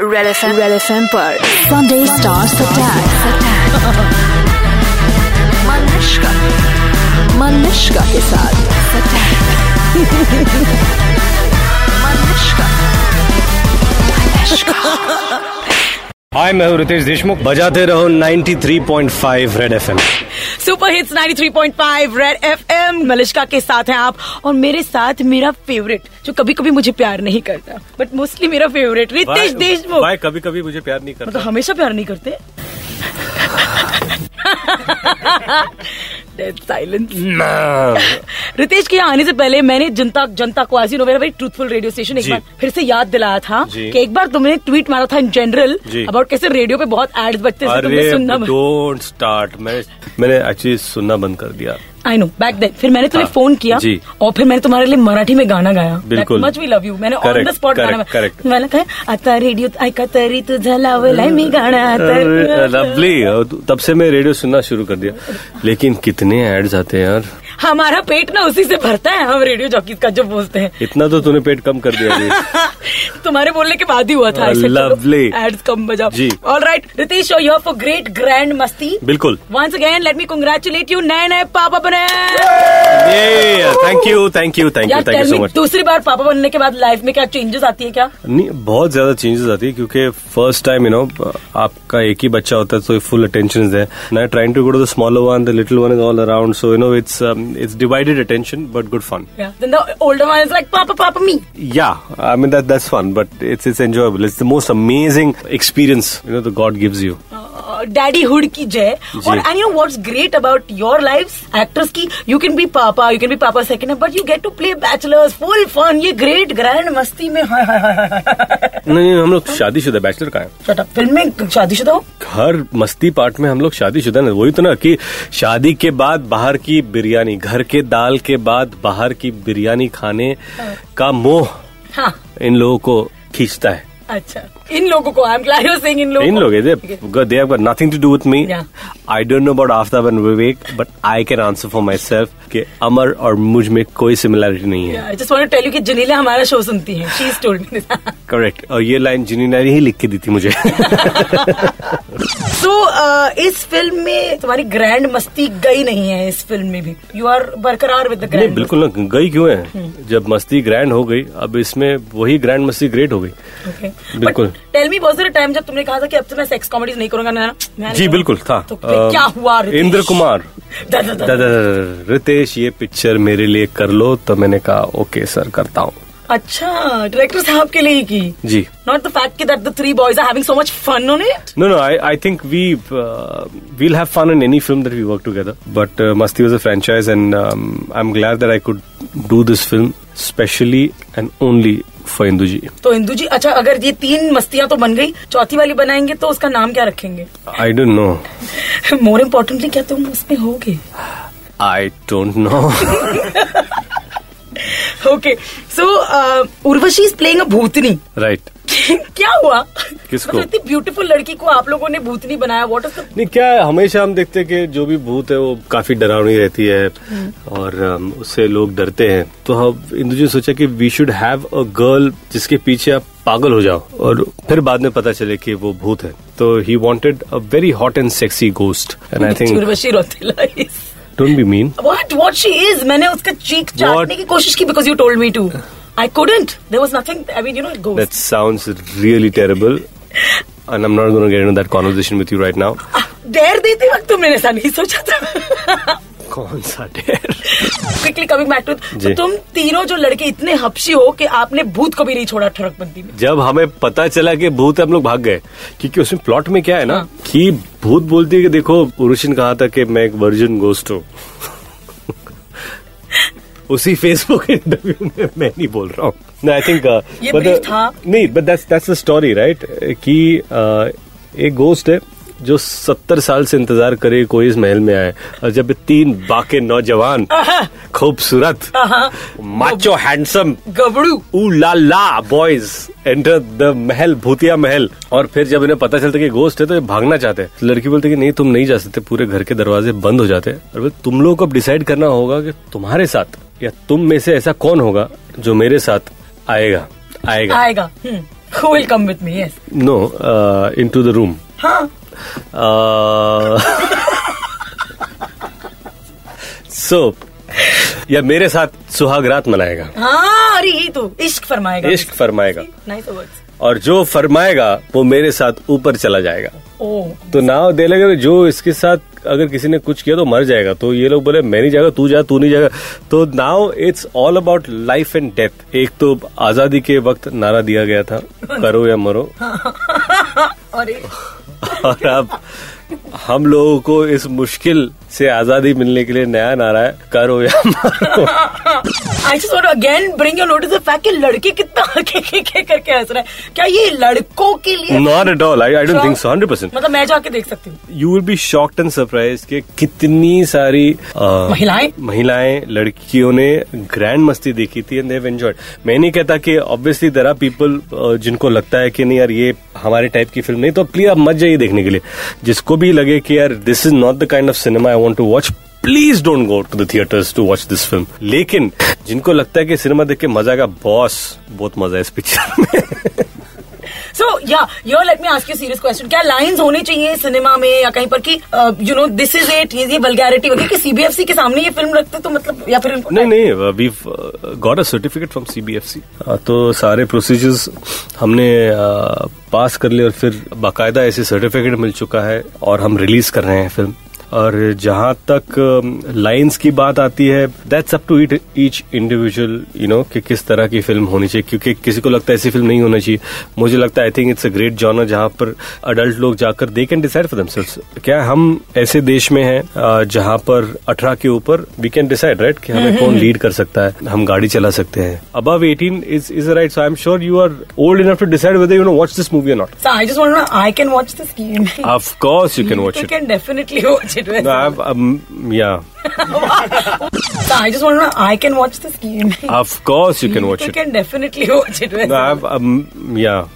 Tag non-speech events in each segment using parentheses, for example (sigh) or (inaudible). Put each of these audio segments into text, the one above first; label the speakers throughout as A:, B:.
A: Red F M red F M पर
B: Sunday Stars Attack.
A: Malishka
B: Manishka के साथ
C: hi मैं हूँ रितेश देशमुख बजाते रहो 93.5 red FM
A: super hits 93.5 red FM Malishka के साथ हैं आप और मेरे साथ मेरा फेवरेट जो कभी कभी मुझे प्यार नहीं करता बट मोस्टली मेरा फेवरेट रितेश देशमुख
C: भाई कभी कभी मुझे प्यार नहीं
A: मतलब (laughs)
C: करता
A: हमेशा प्यार नहीं करते डेड साइलेंस
C: Hmm.
A: रितेश के यहाँ आने से पहले मैंने जनता जनता को आज you know very very truthful radio station एक
C: जी।
A: बार फिर से याद दिलाया था
C: जी।
A: कि एक बार तुमने ट्वीट मारा था इन जनरल
C: जी।
A: अबाउट कैसे रेडियो पे बहुत एड्स बजते थे तुमने सुनना
C: अरे डोंट स्टार्ट तो मैं मैंने एक्चुअली सुनना बंद कर दिया
A: आई नो बैक देन फिर मैंने तुम्हें
C: हाँ,
A: फोन किया
C: जी।
A: और फिर मैंने तुम्हारे लिए मराठी में गाना गाया
C: बिल्कुल।
A: मच वी लव यू मैंने ऑन
C: Correct,
A: द स्पॉट गाना
C: correct, correct.
A: गाया. मला काय आता रेडिओ ऐका तरी तुझा लावलाय मी गाणं आता.
C: लवली तो तब से मैं रेडियो सुनना शुरू कर दिया लेकिन कितने एड्स आते हैं यार
A: हमारा पेट ना उसी से भरता है हम रेडियो जॉकीज का जब बोलते हैं (laughs)
C: इतना तो तूने पेट कम कर दिया अभी।
A: तुम्हारे बोलने के बाद ही हुआ था
C: Lovely.
A: एड्स कम बजाओ
C: जी।
A: All right Ritesh you for great grand Masti
C: बिल्कुल
A: once again let me congratulate you नए नए पापा बने
C: thank you thank you thank you
A: यार
C: thank you
A: tell
C: so
A: me,
C: much
A: दूसरी बार पापा बनने के बाद लाइफ में क्या चेंजेस आती है क्या
C: नहीं बहुत ज्यादा चेंजेस आती है क्योंकि फर्स्ट टाइम यू नो आपका एक ही बच्चा होता है तो full attention is there I trying to go to the smaller one the little one is all around so you know it's it's divided attention but good fun
A: then the older one is like पापा पापा me
C: या I mean that that's fun but it's it's enjoyable it's the most amazing experience you know the god gives you
A: Uh, daddyhood की जय
C: जी।
A: और and you know what's great about your life actors की you can be पापा you can be पापा second but you get to play bachelors full fun ये great grand Masti में हाय हाय हाय हाय, हाय
C: नहीं नहीं, हम लोग शादीशुदा बैचलर का है
A: शट अप फिल्म में शादीशुदा हो
C: हर मस्ती पार्ट में हम लोग शादीशुदा ना वही तो ना कि शादी के बाद बाहर की बिरयानी घर के दाल के बाद बाहर की बिरयानी खाने का मोह
A: हाँ
C: इन लोगों को खींचता है
A: अच्छा इन लोगों को I am glad you saying इन लोगों
C: इन
A: को.
C: लोग they
A: Okay.
C: they have got nothing to do with me.
A: तो Yeah.
C: I don't know about Aftab and Vivek but I can answer for myself कि अमर और मुझ में कोई सिमिलैरिटी नहीं है
A: I just want to tell you कि जनीला हमारा शो सुनती है she is told me
C: (laughs) correct और ये लाइन जिनी ने ही लिख के दी थी
A: (laughs)
C: मुझे (laughs)
A: सो इस फिल्म में तुम्हारी ग्रैंड मस्ती गई नहीं है इस फिल्म में भी यू आर बरकरार विद द
C: नहीं
A: ग्रैंड
C: बिल्कुल ना गई क्यों
A: Hmm.
C: है जब मस्ती ग्रैंड हो गई अब इसमें वही ग्रैंड मस्ती ग्रेट हो गई बिल्कुल।
A: टेल मी वाज टाइम जब तुमने कहा था कि अब तो मैं सेक्स कॉमेडीज नहीं करूंगा ना मैं नहीं
C: जी
A: करूंगा।
C: बिल्कुल था
A: तो फिर
C: अ,
A: क्या हुआ रितेश?
C: इंद्र कुमार
A: (laughs) दा, दा, दा,
C: दा, दा, दा, दा, रितेश ये पिक्चर मेरे लिए कर लो तो मैंने कहा ओके सर करता हूँ
A: अच्छा डायरेक्टर साहब के लिए ही की
C: जी
A: not the fact that the three boys are having so much fun on it
C: No, no. I, I think we uh, we'll have fun in any film that we work together. But uh, Masti was a franchise, and um, I'm glad that I could do this film, specially and only for Induji.
A: तो इंदू जी अच्छा अगर ये तीन मस्तियां तो बन गई चौथी वाली बनाएंगे तो उसका नाम क्या रखेंगे (laughs)
C: I don't know.
A: More importantly क्या तुम उसमें होगे (laughs)
C: I don't know. (laughs)
A: Okay so Urvashi is playing a भूतनी
C: right.
A: (laughs) क्या हुआ
C: किसको?
A: मतलब इतनी ब्यूटीफुल लड़की को आप लोगों ने भूतनी बनाया व्हाट इज
C: नहीं क्या है, हमेशा हम देखते हैं कि जो भी भूत है वो काफी डरावनी रहती है और अम, उससे लोग डरते हैं तो हम इंदु जी ने सोचा कि we should have a girl जिसके पीछे आप पागल हो जाओ और फिर बाद में पता चले कि वो भूत है तो he wanted a very hot and sexy ghost and I
A: (laughs) the
C: think
A: Urvashi Rautela is
C: don't be mean
A: what what she is मैंने उसका चीक चाटने की कोशिश की because you told me to I couldn't there was nothing I mean you know it goes
C: that sounds really terrible and I am not gonna get into that conversation with you right now
A: Ah, डर देते वक्त तुमने ऐसा नहीं सोचा था
C: कौन सा dare
A: quickly coming back to
C: जी।
A: तो तुम तीनों जो लड़के इतने हपशी हो कि आपने भूत को भी नहीं छोड़ा ठुरकबंदी में
C: जब हमें पता चला कि भूत है हम लोग भाग गए क्योंकि उसमें प्लॉट में क्या है
A: हाँ।
C: ना कि भूत बोलती है कि देखो पुरुष ने कहा था कि मैं एक वर्जिन गोस्ट हूँ (laughs) उसी फेसबुक इंटरव्यू में मैं नहीं बोल रहा हूँ आई थिंक
A: ये brief था।
C: uh, नहीं but that's that's the story right कि uh, एक गोस्ट है जो सत्तर साल से इंतजार करे कोई इस महल में आए और जब ये तीन बाके
A: (laughs)
C: नौजवान खूबसूरत
A: हाँ।
C: माचो हैंडसम
A: गबड़ू
C: ooh la la boys enter the महल भूतिया महल और फिर जब इन्हें पता चलता कि गोस्ट है तो ये भागना चाहते हैं तो लड़की बोलती है कि नहीं तुम नहीं जा सकते पूरे घर के दरवाजे बंद हो जाते हैं और फिर तुम लोग को अब डिसाइड करना होगा कि तुम्हारे साथ या तुम में से ऐसा कौन होगा जो मेरे साथ आएगा आएगा
A: आएगा hmm who will come with me? Yes.
C: No into the room
A: हाँ.
C: Uh, (laughs) सो या मेरे साथ सुहागरात मनाएगा
A: हाँ अरे ये तो इश्क फरमाएगा
C: इश्क फरमाएगा
A: नाइस वर्ड्स
C: और जो फरमाएगा वो मेरे साथ ऊपर चला जाएगा
A: (laughs) ओ
C: तो नाव दे लगे जो इसके साथ अगर किसी ने कुछ किया तो मर जाएगा तो ये लोग बोले मैं नहीं जाएगा तू जा तू नहीं जाएगा तो now it's all about life and death एक तो आजादी के वक्त नारा दिया गया था करो या मरो
A: अरे
C: और अब हम लोगों को इस मुश्किल से आजादी मिलने के लिए नया नारा है करो या मरो
A: I just want again bring your notice the fact कि लड़के कितना (laughs) के, के, के करके हंस रहे हैं क्या ये लड़कों के लिए
C: not at all I I don't think so hundred percent
A: मतलब मैं जाके देख सकती हूँ
C: you will be shocked and surprise कि कितनी सारी अ,
A: महिलाएं?
C: महिलाएं लड़कियों ने ग्रैंड मस्ती देखी थी एंड देव एंजॉयड मैं नहीं कहता कि ऑब्वियसली देर आर पीपल जिनको लगता है कि नहीं यार ये हमारे टाइप की फिल्म नहीं तो प्लीज आप मत जाइए देखने के लिए जिसको भी लगे कि यार this is not the kind of cinema I want to watch please don't go to the theatres to watch this film लेकिन जिनको लगता है कि सिनेमा देख के मजा आएगा बॉस बहुत मजा है इस पिक्चर में
A: so yeah your let me ask you serious question क्या लाइंस होने चाहिए सिनेमा में या कहीं पर कि uh, you know this is it ये वल्गैरिटी वगैरह कि सीबीएफसी के सामने ये फिल्म रखते तो मतलब या फिर
C: नहीं नहीं we got a certificate from CBFC तो सारे प्रोसीजर्स हमने uh, पास कर लिए और फिर बाकायदा ऐसे सर्टिफिकेट मिल चुका है और हम रिलीज कर रहे हैं फिल्म और जहाँ तक लाइंस की बात आती है that's up to it each individual you know कि किस तरह की फिल्म होनी चाहिए क्योंकि किसी को लगता है ऐसी फिल्म नहीं होनी चाहिए मुझे लगता है I think it's a great genre जहाँ पर अडल्ट लोग जाकर they can decide for themselves क्या हम ऐसे देश में हैं अ, जहाँ पर अठारह के ऊपर वी कैन डिसाइड राइट कि हमें कौन लीड कर सकता है हम गाड़ी चला सकते हैं above eighteen is is right so I am sure you are old enough to decide whether you know watch this movie not
A: I just want to know I can watch this game
C: of course you can watch
A: You
C: it
A: can definitely watch it.
C: No, I've, um, yeah.
A: So I just want to know, I can watch this game.
C: Of course, you can watch
A: You
C: it.
A: can definitely watch it.
C: No, I've, um, yeah.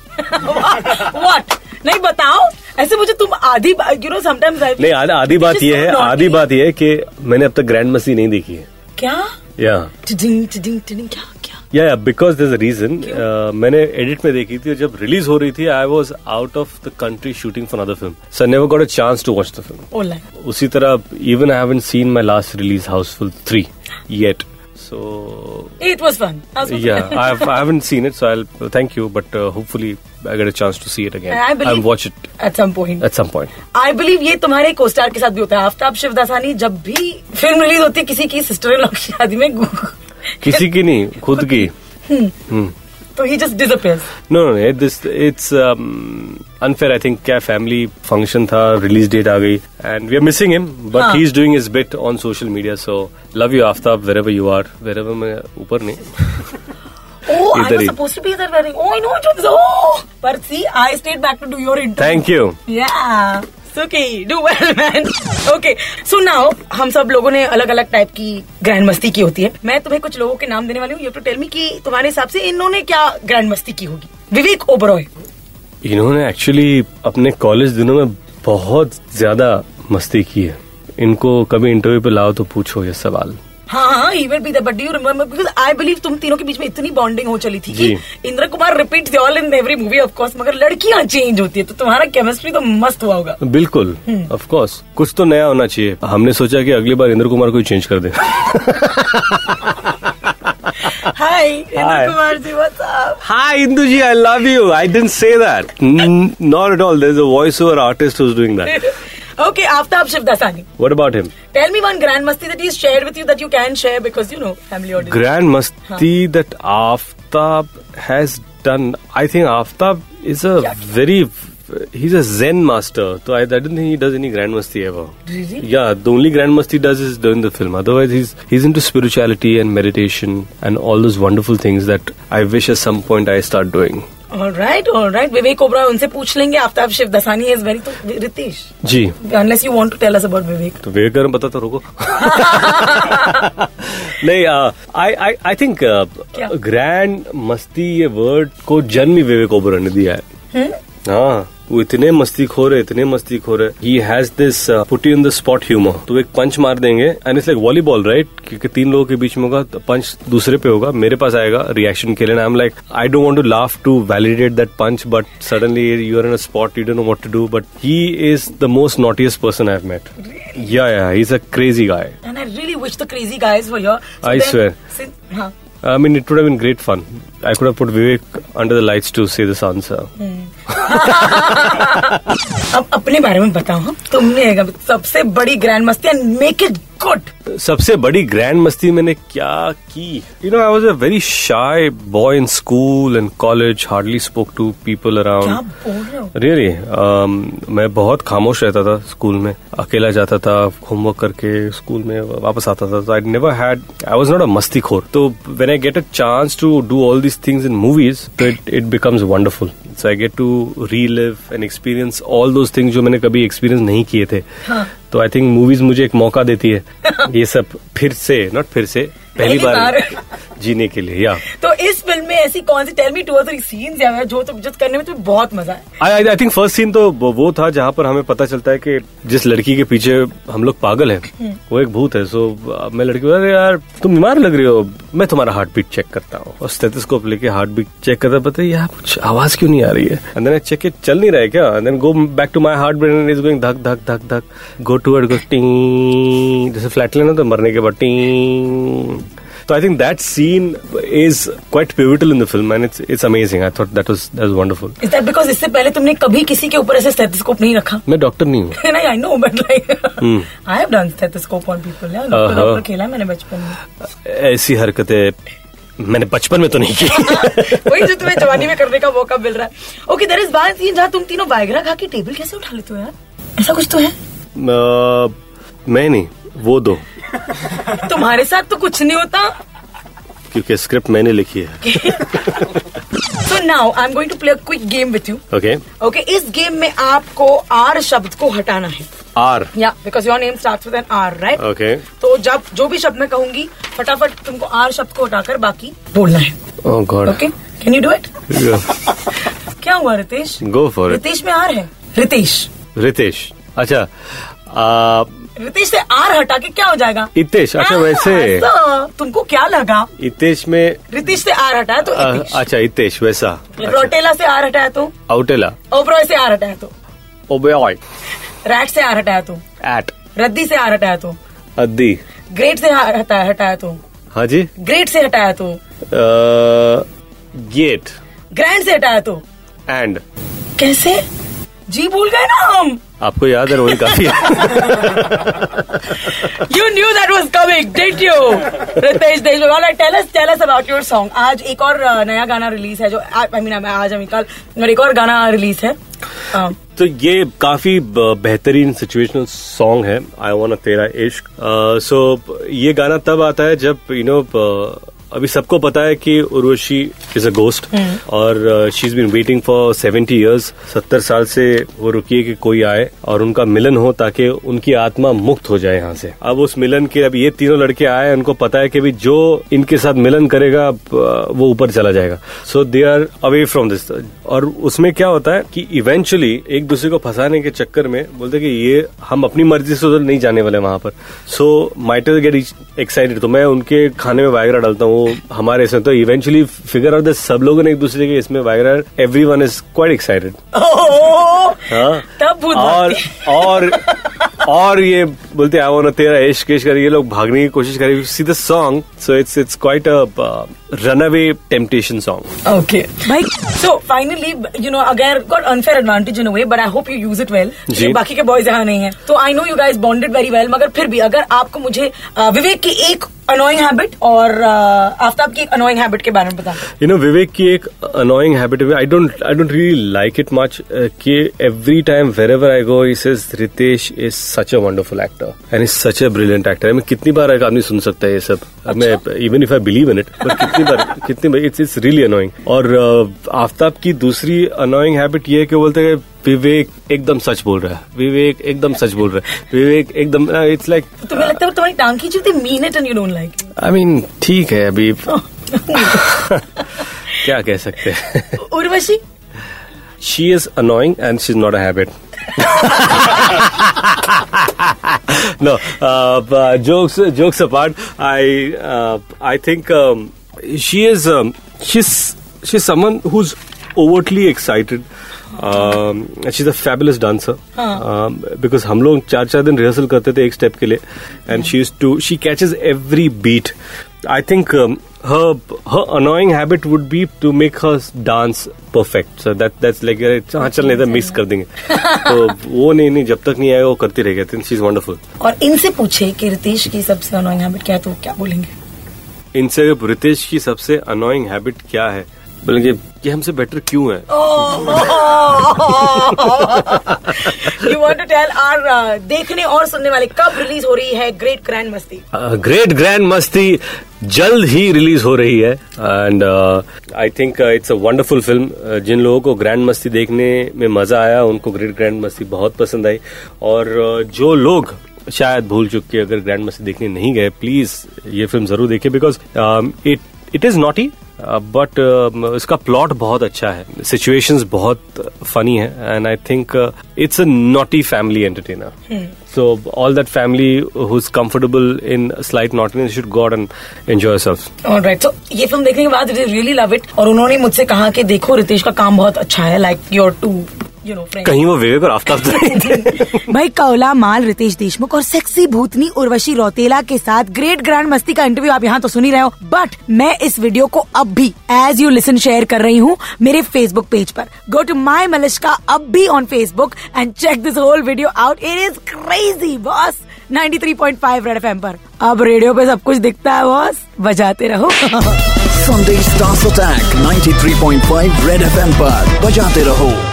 A: What? नहीं बताओ ऐसे मुझे तुम आधी you know sometimes I
C: नहीं आधा- आधी बात ये है आधी बात ये है कि मैंने अब तक ग्रैंड मस्ती नहीं देखी है
A: क्या
C: या
A: टिडिंग टिडिंग टिडिंग क्या क्या
C: yeah because there a reason Uh, मैंने एडिट में देखी थी और जब रिलीज हो रही थी I was out of the country shooting for other film sir never got a chance to watch the film
A: oh like
C: उसी तरह even I haven't seen my last release Housefull three yet so
A: it was fun
C: Yeah,
A: (laughs)
C: I've, I haven't seen it, so I'll thank you. But uh, hopefully, I get a chance to see it again.
A: I believe-
C: I'll watch it
A: at some point
C: at some point.
A: I believe ये तुम्हारे costar के साथ भी होता है आफ्ताब शिवदासानी जब भी film release होती है किसी की सिस्टर इन लॉ की शादी में (laughs)
C: किसी की नहीं खुद की हम्म।
A: तो he just disappears
C: no no this it's um, unfair I think क्या फैमिली फंक्शन था रिलीज डेट आ गई and we are missing him but
A: हाँ।
C: He is doing is bit on social media so love you Aftab wherever you are wherever मैं ऊपर नहीं
A: Oh, I
C: Either
A: was
C: it-
A: supposed to be there wearing. Oh, I know it was. Oh, but see, I stayed back to do your interview.
C: Thank you
A: Yeah. It's okay. Do well, (laughs) man. Okay. So now हम सब लोगों ने अलग अलग type की Grand Masti की होती है मैं तुम्हें कुछ लोगों के नाम देने वाली हूँ यू टू टेल मी कि तुम्हारे हिसाब से इन्होंने क्या ग्रैंड मस्ती की होगी विवेक ओबरॉय
C: इन्होंने एक्चुअली अपने कॉलेज दिनों में बहुत ज्यादा मस्ती की है इनको कभी इंटरव्यू पे लाओ तो पूछो ये सवाल
A: हाँ हाँ he will be but do remember because I believe तुम तीनों के बीच में इतनी बॉन्डिंग हो चली थी कि
C: जी।
A: Indra Kumar repeat all in every movie of course मगर लड़कियां चेंज होती है तो तुम्हारा केमिस्ट्री तो मस्त हुआ
C: (laughs)
A: होगा
C: बिल्कुल ऑफ कोर्स कुछ तो नया होना चाहिए हमने सोचा कि अगली बार इंद्र कुमार को ही चेंज कर (laughs) दे
A: hi Indra
C: Hi.
A: Kumar ji what's
C: Hi, Induji, I love you. I didn't say that. N- not at all. There's a voiceover artist who's doing that.
A: (laughs) okay, Aftab Shivdasani.
C: What about him?
A: Tell me one grand masti that he's shared with you that you can share because you know family audience.
C: Grand Masti that Aftab has done. I think Aftab is a very. He's a Zen master. So I, I don't think he does any Grand Masti ever.
A: Really?
C: Yeah, the only Grand Masti does is during the film. Otherwise, he's he's into spirituality and meditation and all those wonderful things that I wish at some point I start doing.
A: All right, all right. Vivek Oberoi उनसे पूछ लेंगे Aftab Shivdasani is very तो Ritesh
C: ji
A: unless you want to tell us about Vivek.
C: तो wait कर पता तो रोको (laughs) नहीं uh, I I I think
A: क्या?
C: ग्रैंड मस्ती ये वर्ड को जन्म ही विवेक ओबरॉय ने दिया है हाँ वो इतने मस्ती खो रहे इतने मस्ती खो रहे he has this put in the spot humour तो एक पंच मार देंगे and it's like volleyball right क्योंकि तीन लोगों के बीच में होगा तो पंच दूसरे पे होगा मेरे पास आएगा रिएक्शन के लिए I am like I don't want to laugh to validate that punch but suddenly you are in a spot you don't know what to do but he is the most naughtiest person I have met yeah yeah he is a crazy guy
A: And I really wish the crazy guys were here.
C: I swear.
A: Since, huh.
C: I mean, it would have been great fun. I could have put Vivek under the lights to say this answer.
A: अब अपने बारे में बताओ हाँ? तुमने अगर सबसे बड़ी Grand Masti and make it good
C: सबसे बड़ी ग्रैंड मस्ती मैंने क्या की you know I was a very shy boy in school and college hardly spoke to people
A: क्या
C: अराउंड
A: बोल रहे हो
C: रियली Um, मैं बहुत खामोश रहता था स्कूल में अकेला जाता था होमवर्क करके स्कूल में वापस आता था I never had I was not a मस्ती खोर तो when I get a chance to do all these things in movies तो it it becomes wonderful so I get to relive and experience all those things जो मैंने कभी experience नहीं किए थे तो आई थिंक मूवीज मुझे एक मौका देती है ये सब फिर से नॉट फिर से पहली
A: पहली
C: बार
A: बार।
C: जीने के लिए या
A: तो इस फिल्म में ऐसी कौन सी tell me two three scenes है जो तो जज करने में तुम्हें बहुत मजा है
C: I I think first scene तो वो वो था जहाँ पर हमें पता चलता है कि जिस लड़की के पीछे हम लोग पागल हैं वो एक भूत है सो अब मैं लड़की को अरे यार तुम बीमार लग रही हो मैं तुम्हारा हार्ट बीट चेक करता हूँ और स्टेथोस्कोप लेके हार्ट बीट चेक करता पता है यार कुछ आवाज क्यों नहीं आ रही है एंड देन चेक चल नहीं रहा है क्या then go back to my heart beat and is going धक धक धक धक गो टू वर्ड गो टी जैसे फ्लैट लेना तो मरने के बाद टी So I think that scene is quite pivotal in the film, and it's it's amazing. I thought that was that was wonderful.
A: Is that because इससे पहले तुमने कभी किसी के ऊपर ऐसे स्टेथोस्कोप नहीं रखा
C: मैं डॉक्टर नहीं
A: (laughs)
C: हूँ
A: नहीं I know but like (laughs) I have done stethoscope on people यार
C: Uh-huh.
A: डॉक्टर खेला है मैंने बचपन में (laughs)
C: ऐसी हरकतें मैंने बचपन में तो नहीं की
A: वही जो तुम्हें जवानी में करने का मौका मिल रहा है okay there is one scene जहाँ तुम तीनों वायग्रा खा के टेबल कैसे उठा लेते हो यार ऐसा कुछ तो है
C: (laughs)
A: (laughs)
C: अ, मैं नहीं वो दो
A: तुम्हारे साथ तो कुछ नहीं होता
C: क्योंकि स्क्रिप्ट मैंने लिखी है
A: so now I am going to play quick game with you
C: okay
A: okay इस गेम में आपको आर शब्द को हटाना है
C: आर
A: या because your name start with N R right
C: okay
A: तो जब जो भी शब्द मैं कहूंगी फटाफट तुमको आर शब्द को हटाकर बाकी बोलना है
C: oh god
A: okay can you do it क्या हुआ Ritesh
C: go for it
A: Ritesh में आर है रितेश
C: रितेश अच्छा अ,
A: रितेश से आर हटा के क्या हो जाएगा
C: इतेश अच्छा
A: हाँ,
C: वैसे
A: ऐसा। तुमको क्या लगा
C: इतेश में
A: रितेश से आर हटाया तो
C: अ,
A: रितेश।
C: अच्छा इतेश वैसा अच्छा,
A: रोटेला से आर हटाया तो
C: आउटेला
A: ओब्रॉय से आर हटाया तो
C: ओबे
A: रैट से आर हटाया तो
C: एट
A: रद्दी से आर हटाया तो
C: अद्दी
A: ग्रेट से आर हटाया हटाया तो
C: हाँ जी
A: ग्रेट से हटाया तो
C: गेट
A: ग्रैंड से हटाया तो
C: एंड
A: कैसे जी भूल गए ना हम
C: आपको याद है रोहित काफी है।
A: You knew that was coming, did you? Ritesh Deshmukh, and tell us, tell us about your song. आज एक और अ, नया गाना रिलीज है जो आई मीन आज हमें कल और एक और गाना रिलीज है Um, अ,
C: तो ये काफी ब- बेहतरीन सिचुएशनल सॉन्ग है आई वांट तेरा इश्क सो ये गाना तब आता है जब यू नो अभी सबको पता है कि उर्वशी इज अ गोस्ट और she is been waiting for seventy years सत्तर साल से वो रुकी है कि कोई आए और उनका मिलन हो ताकि उनकी आत्मा मुक्त हो जाए यहाँ से अब उस मिलन के अब ये तीनों लड़के आए उनको पता है कि भी जो इनके साथ मिलन करेगा अब, अ, वो ऊपर चला जाएगा so they are away from this और उसमें क्या होता है कि इवेंचुअली एक दूसरे को फंसाने के चक्कर में बोलते हैं कि ये हम अपनी मर्जी से उधर नहीं जाने वाले वहां पर सो माइटल गेट एक्साइटेड तो मैं उनके खाने में वायग्रा डालता हूँ वो हमारे इसमें तो इवेंचुअली फिगर आउट सब लोगों ने एक दूसरे के इसमें Viagra every one is quite excited
A: oh,
C: हाँ।
A: तब भूत
C: और
A: भागते।
C: और और ये बोलते आई वांट तेरा इश्क इश्क कर ये लोग भागने की कोशिश कर see the song so it's it's quite a run away temptation song
A: Okay. Bhai, so finally, you know, again, got unfair advantage in a way, but I hope you use it well.
C: जी।
A: कि बाकी के boys यहाँ नहीं है तो I know you guys bonded very well मगर फिर भी अगर आपको मुझे अ, विवेक की एक अनोइंग हैबिट और अ, आफ्ताब की एक अनोइंग हैबिट के बारे में बता
C: यू नो विवेक की एक annoying habit I don't I don't really like it much uh, कि every time wherever I go is is Ritesh is such a wonderful actor and is such a brilliant actor मैं कितनी बार एक आदमी सुन सकता है ये सब मैं even if I believe in it but कितनी बार (laughs) कितनी बार इट्स इट्स रियली अनोइंग और uh, आफ्ताब की दूसरी अनोइंग हैबिट ये है कि बोलते हैं विवेक एकदम सच बोल रहा है विवेक एकदम सच बोल रहा है विवेक एकदम uh, इट्स लाइक
A: तो तुम्हें लगता है वो तुम्हारी टांग खींची होती mean it and you don't like
C: I mean ठीक है अभी (laughs) क्या कह सकते हैं (laughs)
A: Urvashi
C: she is annoying and she is not a habit (laughs) no uh, but jokes jokes apart i uh, i think um, she is um, she's she's someone who's overtly excited um, and she's a fabulous dancer um, because हम लोग चार चार दिन rehearsal करते थे एक step के लिए and she is too she catches every beat I think um, her her annoying habit would be to make her dance perfect so that that's like अरे, हाँ चल नहीं तो मिक्स कर देंगे तो वो नहीं नहीं जब तक नहीं आएगा वो करती रहेगी थिंक शी इज वंडरफुल
A: और इनसे पूछे कि रितेश की सबसे अनोइंग हैबिट क्या है तो वो क्या (laughs) बोलेंगे
C: इनसे रितेश की सबसे अनोइंग हैबिट क्या है बोलेंगे ये हमसे बेटर क्यों है
A: you want to tell are uh, देखने और सुनने वाले कब रिलीज हो रही है great grand Masti
C: great grand Masti जल्द ही रिलीज हो रही है uh, and I think it's a wonderful film Uh, जिन लोगों को ग्रैंड मस्ती देखने में मजा आया उनको ग्रेट ग्रैंड मस्ती बहुत पसंद आई और uh, जो लोग शायद भूल चुक के अगर ग्रैंड मस्ती देखने नहीं गए प्लीज ये फिल्म जरूर देखिए um, because it it is naughty but uh, um, इसका प्लॉट बहुत अच्छा है सिचुएशंस बहुत फनी है and I think it's a naughty family entertainer so all that family who is comfortable in slight naughtiness should God and enjoy self
A: right so ये film देखने के बाद रियली लव इट और उन्होंने मुझसे कहा कि देखो रितेश का काम बहुत अच्छा है like your to you know friend
C: कहीं वो विवेक और आफताब तो नहीं थे
A: (laughs)
B: भाई कौला माल रितेश देशमुख और सेक्सी भूतनी उर्वशी रौतेला के साथ ग्रेट ग्रैंड मस्ती का इंटरव्यू आप यहाँ तो सुन ही रहे हो बट मैं इस वीडियो को अब भी एज यू लिसन शेयर कर रही हूँ मेरे फेसबुक पेज पर गो टू माई मलिश्का अब भी on Facebook and check this whole video out it is crazy boss 93.5 red FM पर अब रेडियो पे सब कुछ दिखता है बॉस बजाते रहो (laughs)
D: Sunday Stars Attack 93.5 Red FM पर बजाते रहो